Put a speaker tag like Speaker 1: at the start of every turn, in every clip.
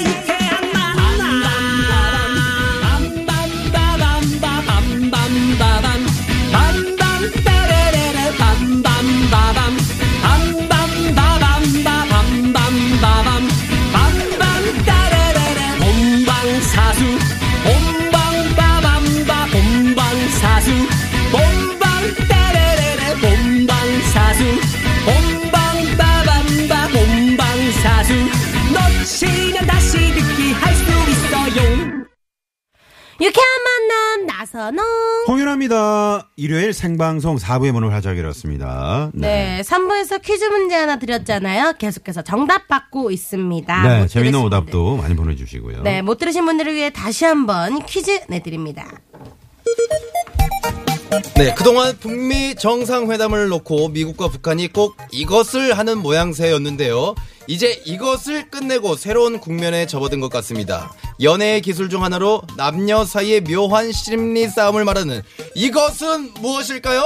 Speaker 1: 유쾌한 만남 빰빰빠밤빠밤빰빰빠밤 빰빰따레레레 빰빰빠밤 빰빰빠밤빠밤빰빰빠밤 빰빰따레레레 본방사수 본방빠밤빠 본방사수 본방따레레레 본방사수 본방빠밤빠 본방사수 놓치면 다시 듣기 할 수 있어요
Speaker 2: 유쾌한 만남 나선홍.
Speaker 3: 홍윤아입니다. 일요일 생방송 4부의 문을 활짝 열었습니다.
Speaker 2: 네, 3부에서 퀴즈 문제 하나 드렸잖아요. 계속해서 정답 받고 있습니다.
Speaker 3: 네,
Speaker 2: 못 들으신
Speaker 3: 재밌는
Speaker 2: 분들.
Speaker 3: 오답도 많이 보내주시고요.
Speaker 2: 아, 뭐 네, 못 들으신 분들을 위해 다시 한번 퀴즈 내드립니다.
Speaker 4: 네, 그동안 북미 정상회담을 놓고 미국과 북한이 꼭 이것을 하는 모양새였는데요. 이제 이것을 끝내고 새로운 국면에 접어든 것 같습니다. 연애의 기술 중 하나로 남녀 사이의 묘한 심리 싸움을 말하는 이것은 무엇일까요?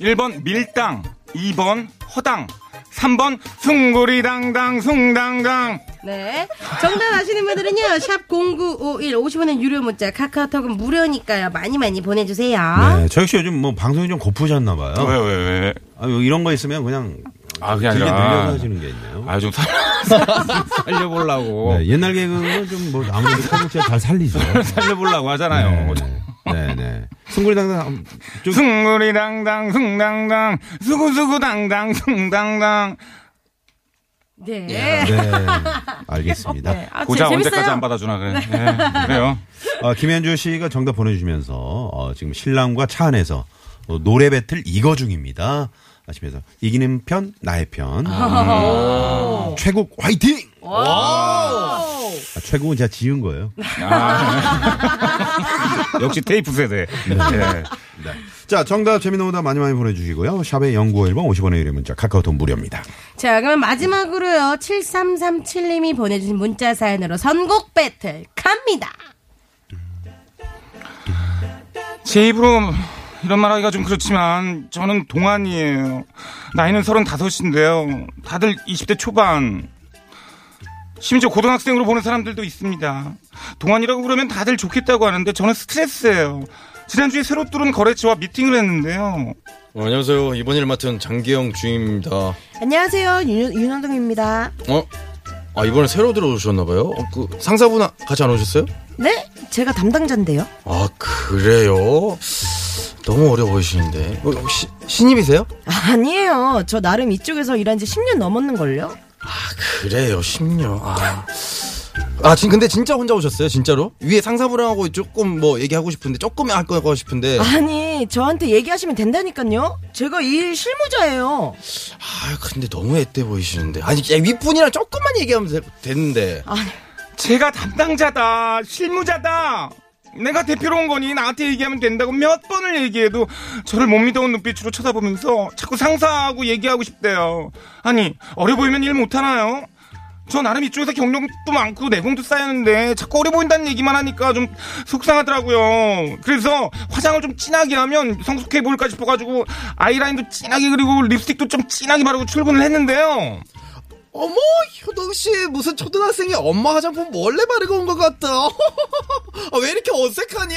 Speaker 5: 1번 밀당, 2번 허당, 3번 숭구리당당 숭당당.
Speaker 2: 네, 정답 아시는 분들은요. 샵0951 50원의 유료 문자 카카오톡은 무료니까요. 많이 많이 보내주세요.
Speaker 3: 네, 저 역시 요즘 뭐 방송이 좀 고프셨나 봐요.
Speaker 5: 왜, 왜, 왜?
Speaker 3: 아, 뭐 이런 거 있으면 그냥
Speaker 5: 어. 아, 네. 그게
Speaker 3: 길게 늘려서
Speaker 5: 아니라.
Speaker 3: 하시는 게 있네요.
Speaker 5: 아, 뭐. 좀 살, 살려보려고.
Speaker 3: 네, 옛날 개그는 좀뭐 아무래도 삼국지가 잘 살리죠.
Speaker 5: 살려보려고 하잖아요.
Speaker 3: 네, 네, 네. 승구리당당 좀
Speaker 5: 숭구리당당 숭당당, 수구수구당당 숭당당.
Speaker 2: 네.
Speaker 3: 네, 알겠습니다.
Speaker 2: 아,
Speaker 5: 고작
Speaker 2: 재밌어요.
Speaker 5: 언제까지 안 받아주나, 그래. 네, 그래요.
Speaker 3: 어, 김현주 씨가 정답 보내주시면서 어, 지금 신랑과 차 안에서 어, 노래 배틀 이거 중입니다. 하시면서 이기는 편 나의 편
Speaker 2: 아.
Speaker 3: 음. 최국 화이팅! 아, 최국은 제가 지은 거예요.
Speaker 5: 아. 역시 테이프 세대. 네.
Speaker 3: 자, 정답 재미는 오다 많이 많이 보내주시고요. 샵의 연구 1번 50원의 유료 문자 카카오톡 무료입니다.
Speaker 2: 자, 그러면 마지막으로요. 7337님이 보내주신 문자 사연으로 선곡 배틀 갑니다.
Speaker 5: 제 입으로 이런 말 하기가 좀 그렇지만 저는 동안이에요. 나이는 35인데요. 다들 20대 초반. 심지어 고등학생으로 보는 사람들도 있습니다. 동안이라고 그러면 다들 좋겠다고 하는데 저는 스트레스예요. 지난주에 새로 뚫은 거래처와 미팅을 했는데요.
Speaker 4: 어, 안녕하세요. 이번 일 맡은 장기영 주임입니다. 어?
Speaker 6: 안녕하세요 윤, 윤현동입니다
Speaker 4: 아, 이번에 새로 들어오셨나봐요? 그 상사분 아, 같이 안 오셨어요?
Speaker 6: 네 제가 담당자인데요
Speaker 4: 아, 그래요? 너무 어려 보이시는데. 혹시 신입이세요?
Speaker 6: 아니에요 저 나름 이쪽에서 일한 지 10년 넘었는걸요
Speaker 4: 그래요, 10년. 아. 아, 지금 근데 진짜 혼자 오셨어요, 진짜로? 위에 상사분하고 조금 뭐 얘기하고 싶은데, 조금 할거 싶은데. 아,
Speaker 6: 아니 저한테 얘기하시면 된다니까요 제가 이 일 실무자예요
Speaker 4: 아, 근데 너무 앳돼 보이시는데. 아니, 야, 윗분이랑 조금만 얘기하면 되, 되는데.
Speaker 5: 제가 담당자다. 실무자다. 내가 대표로 온 거니 나한테 얘기하면 된다고 몇 번을 얘기해도 저를 못 믿어온 눈빛으로 쳐다보면서 자꾸 상사하고 얘기하고 싶대요. 아니 어려 보이면 일 못하나요? 저 나름 이쪽에서 경력도 많고 내공도 쌓였는데 자꾸 어려 보인다는 얘기만 하니까 좀 속상하더라고요. 그래서 화장을 좀 진하게 하면 성숙해 보일까 싶어가지고 아이라인도 진하게 그리고 립스틱도 좀 진하게 바르고 출근을 했는데요.
Speaker 4: 어머, 효동씨, 무슨 초등학생이 엄마 화장품 몰래 바르고 온 것 같다. 아, 왜 이렇게 어색하니?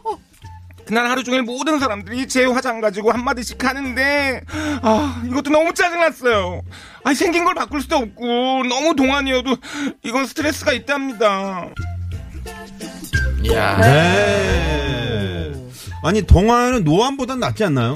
Speaker 5: 그날 하루 종일 모든 사람들이 제 화장 가지고 한마디씩 하는데, 아, 이것도 너무 짜증났어요. 아, 생긴 걸 바꿀 수도 없고, 너무 동안이어도, 이건 스트레스가 있답니다.
Speaker 4: 야
Speaker 3: 네. 아니, 동화는 노안보단 낫지 않나요?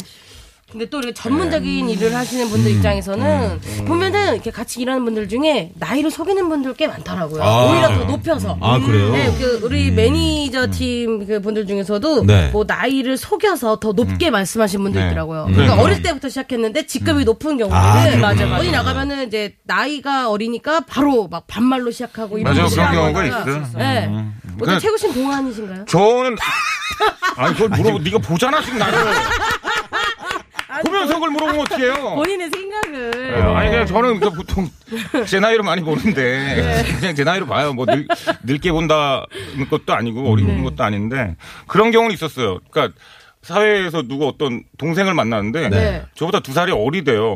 Speaker 2: 근데 또 이렇게 전문적인
Speaker 5: 네.
Speaker 2: 일을 하시는 분들
Speaker 5: 음.
Speaker 2: 입장에서는 보면은 이렇게 같이 일하는 분들 중에 나이를 속이는 분들 꽤 많더라고요.
Speaker 3: 아,
Speaker 2: 오히려 더
Speaker 3: 그래요?
Speaker 2: 높여서.
Speaker 3: 아, 그래요?
Speaker 2: 네, 그 우리
Speaker 5: 음.
Speaker 2: 매니저 팀 그 분들 중에서도
Speaker 3: 네.
Speaker 2: 뭐 나이를 속여서 더 높게 말씀하신 분들
Speaker 5: 네.
Speaker 2: 있더라고요.
Speaker 5: 음.
Speaker 2: 그러니까
Speaker 5: 네.
Speaker 2: 어릴 때부터 시작했는데 직급이 높은 경우는
Speaker 3: 아,
Speaker 2: 맞아,
Speaker 3: 그렇구나.
Speaker 2: 맞아. 어디 나가면은 이제 나이가 어리니까 바로 막 반말로 시작하고 이런
Speaker 5: 맞아요.
Speaker 2: 식으로
Speaker 5: 그런 경우가
Speaker 2: 하거나.
Speaker 5: 있어요.
Speaker 2: 네.
Speaker 5: 음.
Speaker 2: 어떤
Speaker 5: 그러니까- 어.
Speaker 2: 최고 씨는 동안이신가요?
Speaker 5: 저는, 아니, 그걸 물어보, 네가 보잖아, 지금 나를. 보면서 그걸 물어보면
Speaker 2: 아,
Speaker 5: 어떡해요.
Speaker 2: 본인의 생각을.
Speaker 5: 아니, 그냥 저는 그 보통 제 나이로 많이 보는데,
Speaker 2: 네.
Speaker 5: 그냥 제 나이로 봐요. 뭐, 늙,
Speaker 2: 네.
Speaker 5: 늙게 본다는 것도 아니고, 어린 것도 아닌데, 그런 경우는 있었어요. 그러니까, 사회에서 누가 어떤 동생을 만나는데
Speaker 2: 네. 음.
Speaker 5: 저보다 두 살이 어리대요.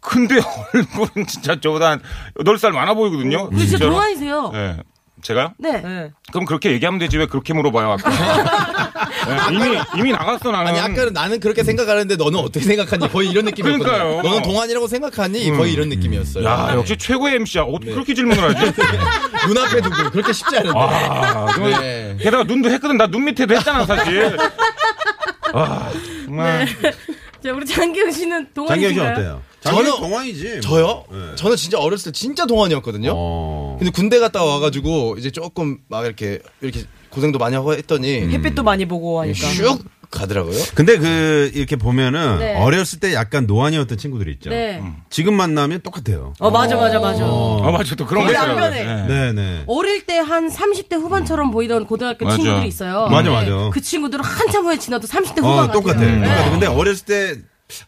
Speaker 5: 근데 얼굴은 진짜 저보다 한 8살 많아 보이거든요.
Speaker 2: 근데 음. 진짜 동안이세요.
Speaker 5: 예. 제가요?
Speaker 2: 네.
Speaker 5: 그럼 그렇게 얘기하면 되지 왜 그렇게 물어봐요 아까. 예, 이미 이미 나갔어 나는.
Speaker 4: 아니 아까는 나는 그렇게 생각하는데 너는 어떻게 생각하니 거의 이런 느낌이었거든요.
Speaker 5: 그러니까요. 음.
Speaker 4: 너는 동안이라고 생각하니 거의 이런 느낌이었어요.
Speaker 5: 야
Speaker 4: 네.
Speaker 5: 역시 최고의 MC야. 어떻게 그렇게 질문을 하지?
Speaker 4: 눈앞에 두고 그렇게 쉽지 않은데.
Speaker 5: 아, 정말
Speaker 4: 네.
Speaker 5: 게다가 눈도 했거든. 나 눈 밑에도 했잖아 사실. 아 정말.
Speaker 2: 자, 우리 장기영 씨는
Speaker 3: 장기혁 씨
Speaker 2: 동안이신가요?
Speaker 3: 어때요?
Speaker 4: 저는-
Speaker 3: 장기혁 동안이지.
Speaker 4: 저요?
Speaker 3: 네.
Speaker 4: 저는 진짜 어렸을 때 진짜 동안이었거든요.
Speaker 3: 어.
Speaker 4: 근데 군대 갔다 와가지고 이제 조금 막 이렇게 이렇게 고생도 많이 하고 했더니
Speaker 6: 햇빛도 많이 보고 하니까.
Speaker 4: 슉 가더라고요.
Speaker 3: 근데 그 이렇게 보면은
Speaker 2: 네.
Speaker 3: 어렸을 때 약간 노안이었던 친구들 있죠.
Speaker 2: 네.
Speaker 3: 지금 만나면 똑같아요.
Speaker 6: 어 맞아 맞아 맞아.
Speaker 5: 아 맞아 또 그런 거
Speaker 6: 거의 안
Speaker 5: 있어요.
Speaker 6: 변해.
Speaker 5: 예.
Speaker 3: 네네.
Speaker 2: 어릴 때 한 30대 후반처럼 보이던 고등학교
Speaker 5: 맞아.
Speaker 2: 친구들이 있어요.
Speaker 3: 맞아,
Speaker 2: 네.
Speaker 3: 맞아.
Speaker 2: 그 친구들은 한참 후에 지나도 30대 후반
Speaker 3: 어,
Speaker 2: 같아요.
Speaker 3: 똑같아요.
Speaker 5: 음.
Speaker 2: 네.
Speaker 3: 똑같아요. 근데 어렸을 때,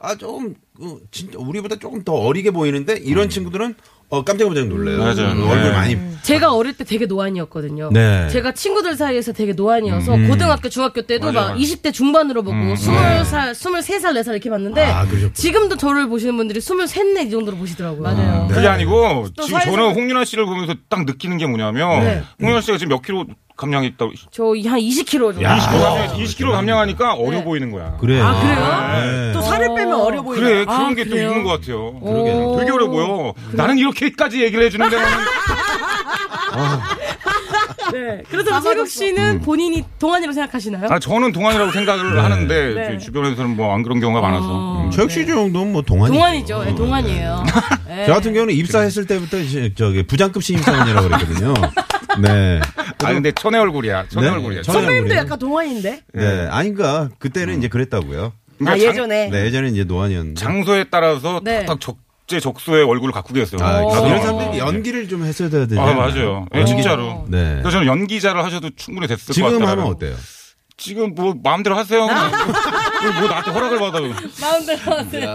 Speaker 3: 아, 좀, 어, 진짜 우리보다 조금 더 어리게 보이는데, 이런 친구들은, 어, 깜짝깜짝 놀래요.
Speaker 5: 음. 맞아요.
Speaker 3: 음, 얼굴
Speaker 5: 네.
Speaker 3: 많이.
Speaker 2: 제가 어릴 때 되게 노안이었거든요.
Speaker 3: 네.
Speaker 2: 제가 친구들 사이에서 되게 노안이어서 고등학교, 중학교 때도
Speaker 5: 맞아,
Speaker 2: 막
Speaker 5: 맞아.
Speaker 2: 20대 중반으로 보고 20살, 23살, 4살 이렇게 봤는데
Speaker 3: 아, 그러셨구나.
Speaker 2: 지금도 저를 보시는 분들이 23, 4이 정도로 보시더라고요. 맞아요.
Speaker 5: 그게 아니고
Speaker 2: 또
Speaker 5: 지금
Speaker 2: 사회에서-
Speaker 5: 저는 홍윤아 씨를 보면서 딱 느끼는 게 뭐냐면
Speaker 2: 네.
Speaker 5: 홍윤아 씨가 지금 몇 킬로 감량이 있다고
Speaker 2: 저 한 20kg 정도.
Speaker 5: 20kg, 감량, 20kg 감량하니까 어려
Speaker 2: 네.
Speaker 5: 보이는 거야. 그
Speaker 3: 그래요.
Speaker 2: 아, 그래요?
Speaker 3: 네.
Speaker 6: 또 살을 빼면 어려 보이네.
Speaker 5: 래 그런
Speaker 2: 아,
Speaker 5: 게 또
Speaker 2: 그래요?
Speaker 5: 있는 것 같아요.
Speaker 2: 오.
Speaker 5: 되게 어려 보여. 나는 이렇게까지 얘기를 해주는데 나는
Speaker 2: 네. 그래서 세국 씨는 본인이 동안이라고 생각하시나요?
Speaker 5: 아, 저는 동안이라고 생각을 하는데
Speaker 2: 네.
Speaker 5: 제 주변에서는 뭐 안 그런 경우가 많아서. 음.
Speaker 3: 최혁 씨 정도는 뭐 동안이.
Speaker 2: 동안이죠. 예, 동안이에요. 예.
Speaker 3: 저 같은 경우는 입사했을 때부터 이제 저기 부장급 신입사원이라고 그랬거든요. 네.
Speaker 5: 아 근데 천의 얼굴이야. 천의
Speaker 3: 네.
Speaker 5: 얼굴이야.
Speaker 2: 아,
Speaker 3: 천의
Speaker 6: 선배님도
Speaker 3: 얼굴이에요.
Speaker 6: 약간 동안인데.
Speaker 3: 네. 아닌가. 그때는 이제 그랬다고요.
Speaker 6: 아
Speaker 5: 그러니까 장,
Speaker 6: 예전에.
Speaker 3: 네, 예전에 이제 노안이었는데.
Speaker 5: 음. 장소에 따라서
Speaker 2: 네.
Speaker 5: 딱딱 적재 적소의 얼굴을 갖고 계세요.
Speaker 3: 아,
Speaker 5: 오.
Speaker 3: 이런 사람들이 연기를 좀 했어야 되는데.
Speaker 5: 어. 아 맞아요. 예, 진짜로.
Speaker 3: 네.
Speaker 5: 그래서 저는 연기자를 하셔도 충분히 됐을 것 같아요.
Speaker 3: 지금 하면 어때요?
Speaker 5: 지금 뭐 마음대로 하세요. 그냥. 뭐 나한테 허락을 받아.
Speaker 2: 마음대로 하세요.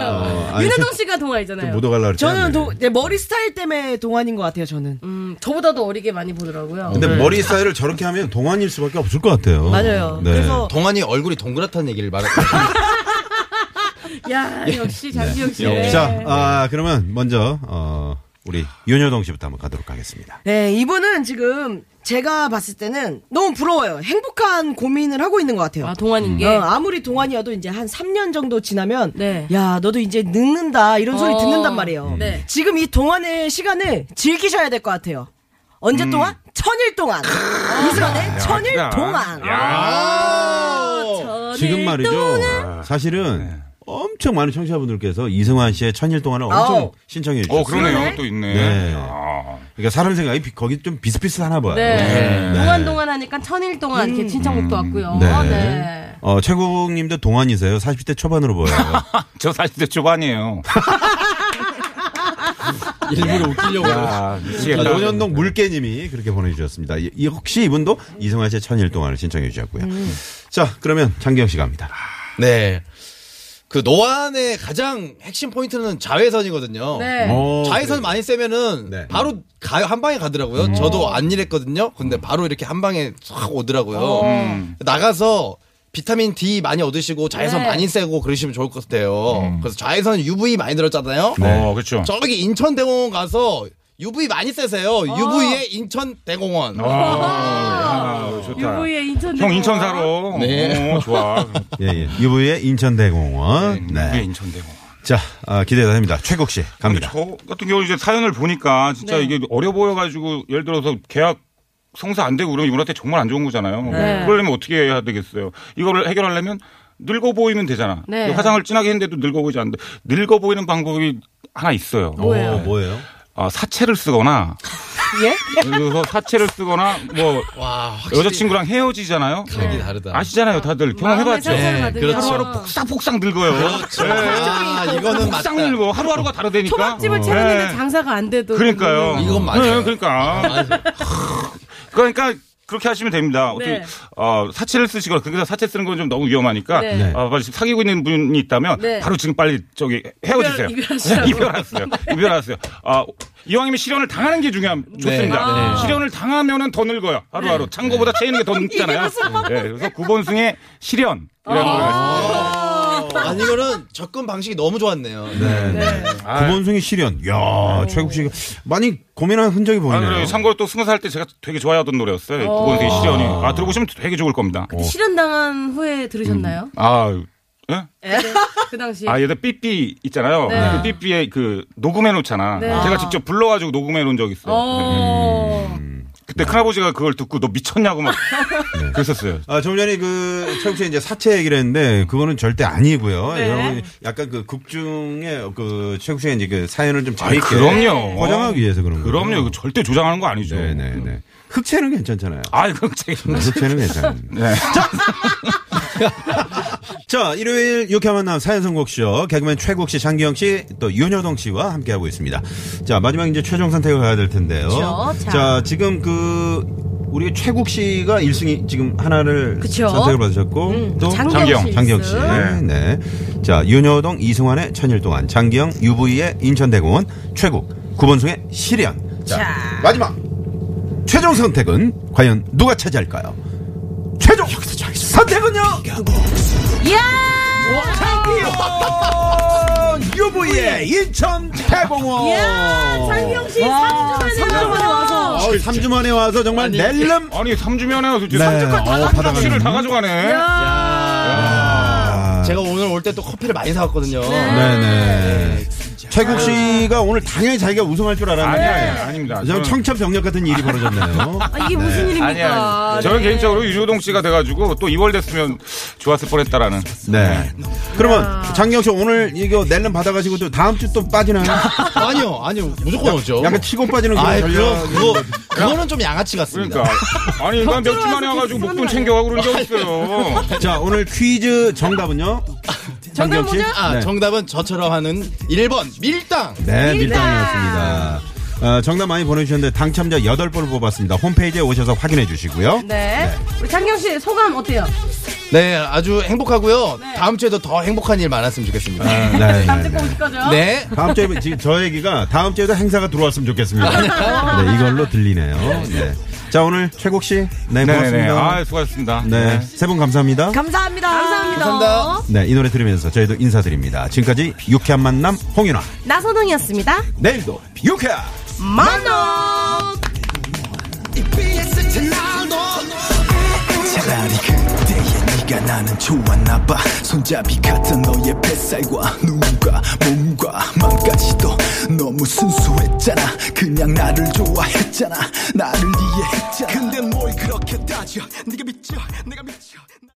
Speaker 3: 아니,
Speaker 2: 윤혜동 씨가 동안이잖아요.
Speaker 3: 못 오갈라 그랬지.
Speaker 5: 네,
Speaker 6: 저는 도, 내 머리 스타일 때문에 동안인 것 같아요. 저는.
Speaker 2: 음, 저보다도 어리게 많이 보더라고요.
Speaker 3: 근데 머리 스타일을 저렇게 하면 동안일 수밖에 없을 것 같아요.
Speaker 6: 네. 맞아요.
Speaker 3: 네.
Speaker 6: 그래서
Speaker 4: 동안이 얼굴이 동그랗다는 얘기를 말했거든요.
Speaker 2: 야, 역시 장기영 씨.
Speaker 6: 네.
Speaker 3: 자, 아, 그러면 먼저 어, 우리 윤여동 씨부터 한번 가도록 하겠습니다.
Speaker 6: 네, 이분은 지금 제가 봤을 때는 너무 부러워요. 행복한 고민을 하고 있는 것 같아요.
Speaker 2: 아, 동안인 게.
Speaker 6: 어, 아무리 동안이어도 이제 한 3년 정도 지나면
Speaker 2: 네.
Speaker 6: 야 너도 이제 늙는다 이런 소리
Speaker 2: 어,
Speaker 6: 듣는단 말이에요.
Speaker 5: 음.
Speaker 2: 네.
Speaker 6: 지금 이 동안의 시간을 즐기셔야 될 것 같아요. 언제 동안? 천일 동안. 이순간의 천일
Speaker 5: 음. 야.
Speaker 6: 동안.
Speaker 2: 아,
Speaker 6: 어, 네.
Speaker 2: 저는
Speaker 3: 지금 말이죠. 사실은 엄청 많은 청취자분들께서 이승환 씨의 천일 동안을 엄청
Speaker 6: 아우.
Speaker 3: 신청해
Speaker 5: 어
Speaker 3: 주셨어요.
Speaker 5: 그러네요. 또 있네. 아,
Speaker 3: 네.
Speaker 5: 야.
Speaker 3: 그러니까 사람 생각이 비- 거기 좀 비슷비슷하나 봐요.
Speaker 2: 네. 동안 동안 하니까 천일 동안 이렇게 신청곡도 왔고요.
Speaker 3: 네.
Speaker 2: 네.
Speaker 3: 어, 최국님도 동안이세요. 40대 초반으로 보여요.
Speaker 5: 저 40대 초반이에요.
Speaker 4: 일부러 웃기려고.
Speaker 5: 야, 미치겠다.
Speaker 3: 아, 노년동 물개님이 그렇게 보내주셨습니다. 이- 이 혹시 이분도 이승환 씨의 천일 동안을 신청해 주셨고요.
Speaker 6: 음.
Speaker 3: 자, 그러면 장기영 씨가 합니다.
Speaker 4: 네. 그 노안의 가장 핵심 포인트는 자외선이거든요.
Speaker 2: 네.
Speaker 3: 어,
Speaker 4: 자외선 많이 쐬면은
Speaker 3: 네.
Speaker 4: 바로 가요 한 방에 가더라고요. 저도 안 일했거든요. 근데 바로 이렇게 한 방에 싹 오더라고요. 나가서 비타민 D 많이 얻으시고 자외선
Speaker 2: 네.
Speaker 4: 많이 쐬고 그러시면 좋을 것 같아요. 그래서 자외선 UV 많이 들었잖아요.
Speaker 3: 네.
Speaker 5: 어 그렇죠.
Speaker 4: 저기 인천대공원 가서 UV 많이 쐬세요. UV의 인천대공원.
Speaker 5: 아, 야, 좋다.
Speaker 2: UV의 인천.
Speaker 5: 형 인천 사러.
Speaker 4: 네.
Speaker 5: 어, 좋아.
Speaker 3: 예, 예. 유부의 인천대공원. 네.
Speaker 5: 네. 인천 대공.
Speaker 3: 자, 아, 기대가 됩니다. 최국 씨, 갑니다.
Speaker 5: 저 같은 경우 이제 사연을 보니까 진짜
Speaker 3: 네.
Speaker 5: 이게 어려 보여가지고 예를 들어서 계약 성사 안 되고 그러면 이분한테 정말 안 좋은 거잖아요.
Speaker 3: 네.
Speaker 5: 그러려면 어떻게 해야 되겠어요? 이거를 해결하려면 늙어 보이면 되잖아.
Speaker 2: 네.
Speaker 5: 화장을 진하게 했는데도 늙어 보이지 않는데 늙어 보이는 방법이 하나 있어요.
Speaker 3: 뭐예요? 예? 뭐예요?
Speaker 5: 아, 사채를 쓰거나 그래서 사채를 쓰거나 뭐
Speaker 4: 와, 확실히
Speaker 5: 여자친구랑 헤어지잖아요.
Speaker 4: 얘기 다르다.
Speaker 5: 아시잖아요, 다들 경험해봤죠.
Speaker 4: 상처를 네, 받으면. 그렇죠.
Speaker 5: 하루하루 폭삭폭삭 늙어요. 네.
Speaker 4: 그렇죠. 아, 이거는 맞다.
Speaker 5: 폭삭 늙어. 하루하루가 다르다니까.
Speaker 2: 초밥집을
Speaker 5: 어.
Speaker 2: 차렸는데
Speaker 5: 네.
Speaker 2: 장사가 안 돼도.
Speaker 5: 그러니까요.
Speaker 4: 이건 맞아요.
Speaker 5: 네, 그러니까. 그러니까 그렇게 하시면 됩니다. 어떻게
Speaker 2: 네.
Speaker 5: 어, 사채를 쓰시거나 그래서 사채 쓰는 건 좀 너무 위험하니까
Speaker 2: 네.
Speaker 3: 네.
Speaker 5: 어, 빨리 지금 사귀고 있는 분이 있다면
Speaker 2: 네.
Speaker 5: 바로 지금 빨리 저기 헤어지세요. 네,
Speaker 2: 이별- 네. 이별하시라고.
Speaker 5: 이별하세요. 이별하세요. 아, 이왕이면 실현을 당하는 게 중요함 좋습니다. 네.
Speaker 2: 아. 네.
Speaker 5: 실현을 당하면은 더 늙어요. 하루하루 창고보다 채이는 게 더 늙잖아요. 네, 그래서 9번 승의 실현. 이라는
Speaker 2: 아.
Speaker 5: 노래가 있습니다.
Speaker 4: 아니 이거는 접근 방식이 너무 좋았네요.
Speaker 3: 네. 네.
Speaker 5: 아.
Speaker 3: 구본승이 실현. 야 최국 씨가 많이 고민한 흔적이
Speaker 5: 아,
Speaker 3: 보이네요.
Speaker 5: 그래요. 참고로 또 스무 살 때 제가 되게 좋아하던 노래였어요. 구번 승의 실현이. 아, 들어보시면 되게 좋을 겁니다.
Speaker 2: 실현당한 후에 들으셨나요?
Speaker 5: 아, 예?
Speaker 2: 그 당시에.
Speaker 5: 아, 얘들 삐삐 있잖아요.
Speaker 2: 네.
Speaker 5: 그 삐삐에 그 녹음해 놓잖아.
Speaker 2: 네.
Speaker 5: 제가 직접 불러가지고 녹음해 놓은 적 있어요. 네.
Speaker 2: 어.
Speaker 5: 그때
Speaker 3: 네.
Speaker 5: 큰아버지가 그걸 듣고 너 미쳤냐고 막 네. 그랬었어요.
Speaker 3: 아, 좀 전에 그, 최국 씨 이제 사채 얘기를 했는데, 그거는 절대 아니고요.
Speaker 2: 네.
Speaker 3: 여러분, 약간 그 극중의 그, 최국 씨의 이제 그 사연을 좀 재밌게.
Speaker 5: 그럼요.
Speaker 3: 포장하기 위해서 그런 거예요.
Speaker 5: 그럼요. 이거 절대 조장하는 거 아니죠.
Speaker 3: 네네네. 흑채는 괜찮잖아요.
Speaker 5: 아이, 그럼 제가.
Speaker 3: 흑채는 괜찮은데. 자, 일요일 유쾌한 만남 사연 선곡쇼 개그맨 최국 씨, 장기영 씨, 또 윤여동 씨와 함께하고 있습니다. 자, 마지막 이제 최종 선택을 가야 될 텐데요.
Speaker 2: 그쵸, 자.
Speaker 3: 자, 지금 그 우리 최국 씨가 1승이 지금 하나를
Speaker 2: 그쵸. 음.
Speaker 3: 선택을 받으셨고 또
Speaker 2: 장기영 씨
Speaker 3: 장기영 씨.
Speaker 2: 있음.
Speaker 3: 네. 네. 자, 윤여동 이승환의 천일 동안, 장기영 UV의 인천대공원, 최국 구본승의 실현. 자, 마지막 최종 선택은 과연 누가 차지할까요? 최종 선택은요. 유부의 인천 태공원.
Speaker 2: 예. 장기영 씨 사주 주사님 와서.
Speaker 3: 3주 만에 와서 정말 낼름.
Speaker 5: 아니, 3주면에
Speaker 3: 네. 어,
Speaker 5: 상자까지 다
Speaker 3: 받아가네.
Speaker 5: 를다 가져가네.
Speaker 3: 아,
Speaker 4: 제가 오늘 올 때 또 커피를 많이 사왔거든요.
Speaker 3: 네, 네네. 최국 씨가 오늘 당연히 자기가 우승할 줄
Speaker 5: 아니, 아니,
Speaker 3: 알았는데.
Speaker 5: 아닙니다.
Speaker 3: 저 청첩병력 같은 일이 벌어졌네요.
Speaker 2: 아, 이게 무슨 일입니까? 네.
Speaker 5: 아니, 아니. 저는 개인적으로 유효동 씨가 돼가지고 또 2월 됐으면 좋았을 뻔했다라는.
Speaker 3: 네. 그러면 장경 씨 오늘 이거 낼름 받아가지고 또 다음 주 또 빠지나요?
Speaker 4: 아니요, 아니요, 무조건 오죠.
Speaker 3: 약간 치고 빠지는
Speaker 4: 아,
Speaker 3: 그런
Speaker 4: 그거,
Speaker 3: 전략.
Speaker 4: 그거, 그거는 좀 양아치 같습니다.
Speaker 5: 그러니까. 아니, 난 몇 주 만에 와가지고 목돈 챙겨가고 그런 적 없어요.
Speaker 3: 자 오늘 퀴즈 정답은요? 장경 씨.
Speaker 4: 아,
Speaker 3: 네.
Speaker 4: 정답은 저처럼 하는 1번 밀당.
Speaker 3: 네, 밀당이었습니다.
Speaker 4: 네.
Speaker 3: 어, 정답 많이 보내주셨는데 당첨자 8분을 뽑았습니다. 홈페이지에 오셔서 확인해 주시고요.
Speaker 2: 네. 우리 장기영 씨 소감 어때요?
Speaker 4: 네, 아주 행복하고요. 다음 주에도 더 행복한 일 많았으면 좋겠습니다.
Speaker 3: 네, 네,
Speaker 2: 다음 주꼭
Speaker 3: 네.
Speaker 2: 오실 거죠?
Speaker 4: 네.
Speaker 3: 다음 주에 지금 저 얘기가 다음 주에도 행사가 들어왔으면 좋겠습니다. 네, 이걸로 들리네요. 네. 자 오늘 최국 씨, 네,
Speaker 5: 네네네.
Speaker 3: 고맙습니다.
Speaker 5: 아, 수고하셨습니다.
Speaker 3: 네, 세 분 감사합니다.
Speaker 6: 감사합니다.
Speaker 2: 감사합니다.
Speaker 4: 감사합니다.
Speaker 3: 네, 이 노래 들으면서 저희도 인사드립니다. 지금까지 유쾌한 만남 홍윤아,
Speaker 2: 나선홍이었습니다.
Speaker 3: 내일도 유쾌한.
Speaker 2: 만나!
Speaker 7: 차라리 그때의 네가 나는 좋았나봐 손잡이 같은 너의 뱃살과 눈과 몸과 맘까지도 너무 순수했잖아 그냥 나를 좋아했잖아 나를 이해했잖아 근데 뭘 그렇게 따져 네가 미쳐 내가 미쳐